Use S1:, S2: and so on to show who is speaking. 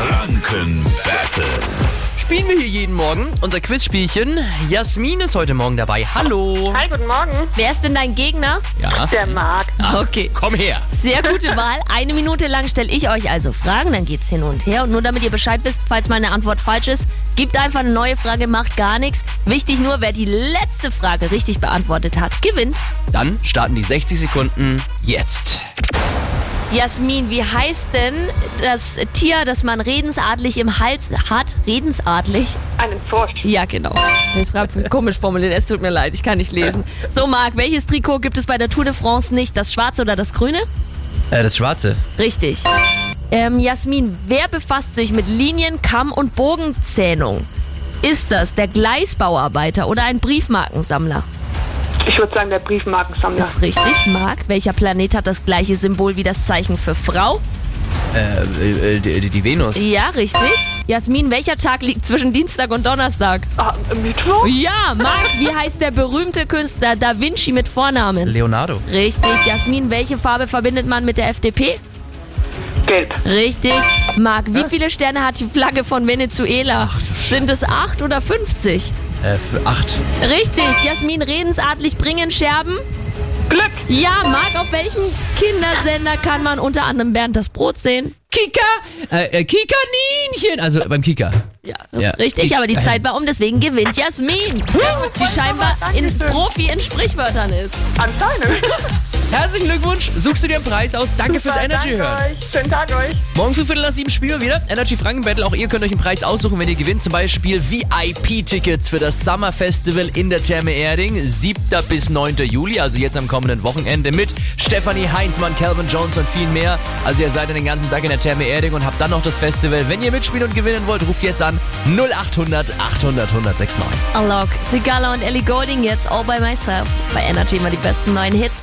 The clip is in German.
S1: Franken Battle.
S2: Spielen wir hier jeden Morgen unser Quizspielchen. Jasmin ist heute Morgen dabei. Hallo.
S3: Hi, guten Morgen.
S4: Wer ist denn dein Gegner?
S2: Ja.
S3: Der Marc.
S4: Ah, Okay.
S2: Komm her.
S4: Sehr gute Wahl. Eine Minute lang stelle ich euch also Fragen, dann geht's hin und her. Und nur damit ihr Bescheid wisst, falls meine Antwort falsch ist, gibt einfach eine neue Frage, macht gar nichts. Wichtig nur, wer die letzte Frage richtig beantwortet hat, gewinnt.
S2: Dann starten die 60 Sekunden jetzt.
S4: Jasmin, wie heißt denn das Tier, das man redensartlich im Hals hat? Redensartlich?
S3: Einen Furcht.
S4: Ja, genau. Das ist komisch formuliert, es tut mir leid, ich kann nicht lesen. So, Marc, welches Trikot gibt es bei der Tour de France nicht? Das schwarze oder das grüne?
S2: Äh, das Schwarze.
S4: Richtig. Ähm, Jasmin, wer befasst sich mit Linien, Kamm und Bogenzähnung? Ist das der Gleisbauarbeiter oder ein Briefmarkensammler?
S3: Ich würde sagen, der Briefmarkensammler.
S4: Ist richtig, Marc. Welcher Planet hat das gleiche Symbol wie das Zeichen für Frau?
S2: Äh, äh, die, die- die Venus.
S4: Ja, richtig. Jasmin, welcher Tag liegt zwischen Dienstag und Donnerstag?
S3: Ah, Mittwoch?
S4: Ja, Marc, wie heißt der berühmte Künstler Da Vinci mit Vornamen?
S2: Leonardo.
S4: Richtig. Jasmin, welche Farbe verbindet man mit der FDP?
S3: Gelb.
S4: Richtig. Marc, wie viele Sterne hat die Flagge von Venezuela? Sind es acht oder 50?
S2: Äh, für acht.
S4: Richtig. Jasmin, redensartlich bringen Scherben?
S3: Glück.
S4: Ja, Marc, auf welchem Kindersender kann man unter anderem Bernd das Brot sehen?
S2: Kika! Äh, äh, Kikaninchen! Also beim Kika.
S4: Ja, das
S2: Ja.
S4: ist richtig, aber die Zeit war um, deswegen gewinnt Jasmin, die scheinbar in Profi in Sprichwörtern ist.
S3: Anscheinend.
S2: Herzlichen Glückwunsch. Suchst du dir einen Preis aus. Danke fürs
S3: Super,
S2: Energy
S3: danke
S2: hören.
S3: Euch. Schönen Tag euch.
S2: Morgen für Viertel nach sieben spielen wir wieder. Energy Franken Battle. Auch ihr könnt euch einen Preis aussuchen, wenn ihr gewinnt. Zum Beispiel VIP-Tickets für das Summer Festival in der Therme Erding. 7. bis 9. Juli, also jetzt am kommenden Wochenende mit Stefanie Heinzmann, Calvin Jones und vielen mehr. Also ihr seid dann den ganzen Tag in der Therme Erding und habt dann noch das Festival. Wenn ihr mitspielen und gewinnen wollt, ruft jetzt an 0800 800 1069.
S4: Alok, Sigala und Ellie Golding jetzt all by myself. Bei Energy immer die besten neuen Hits.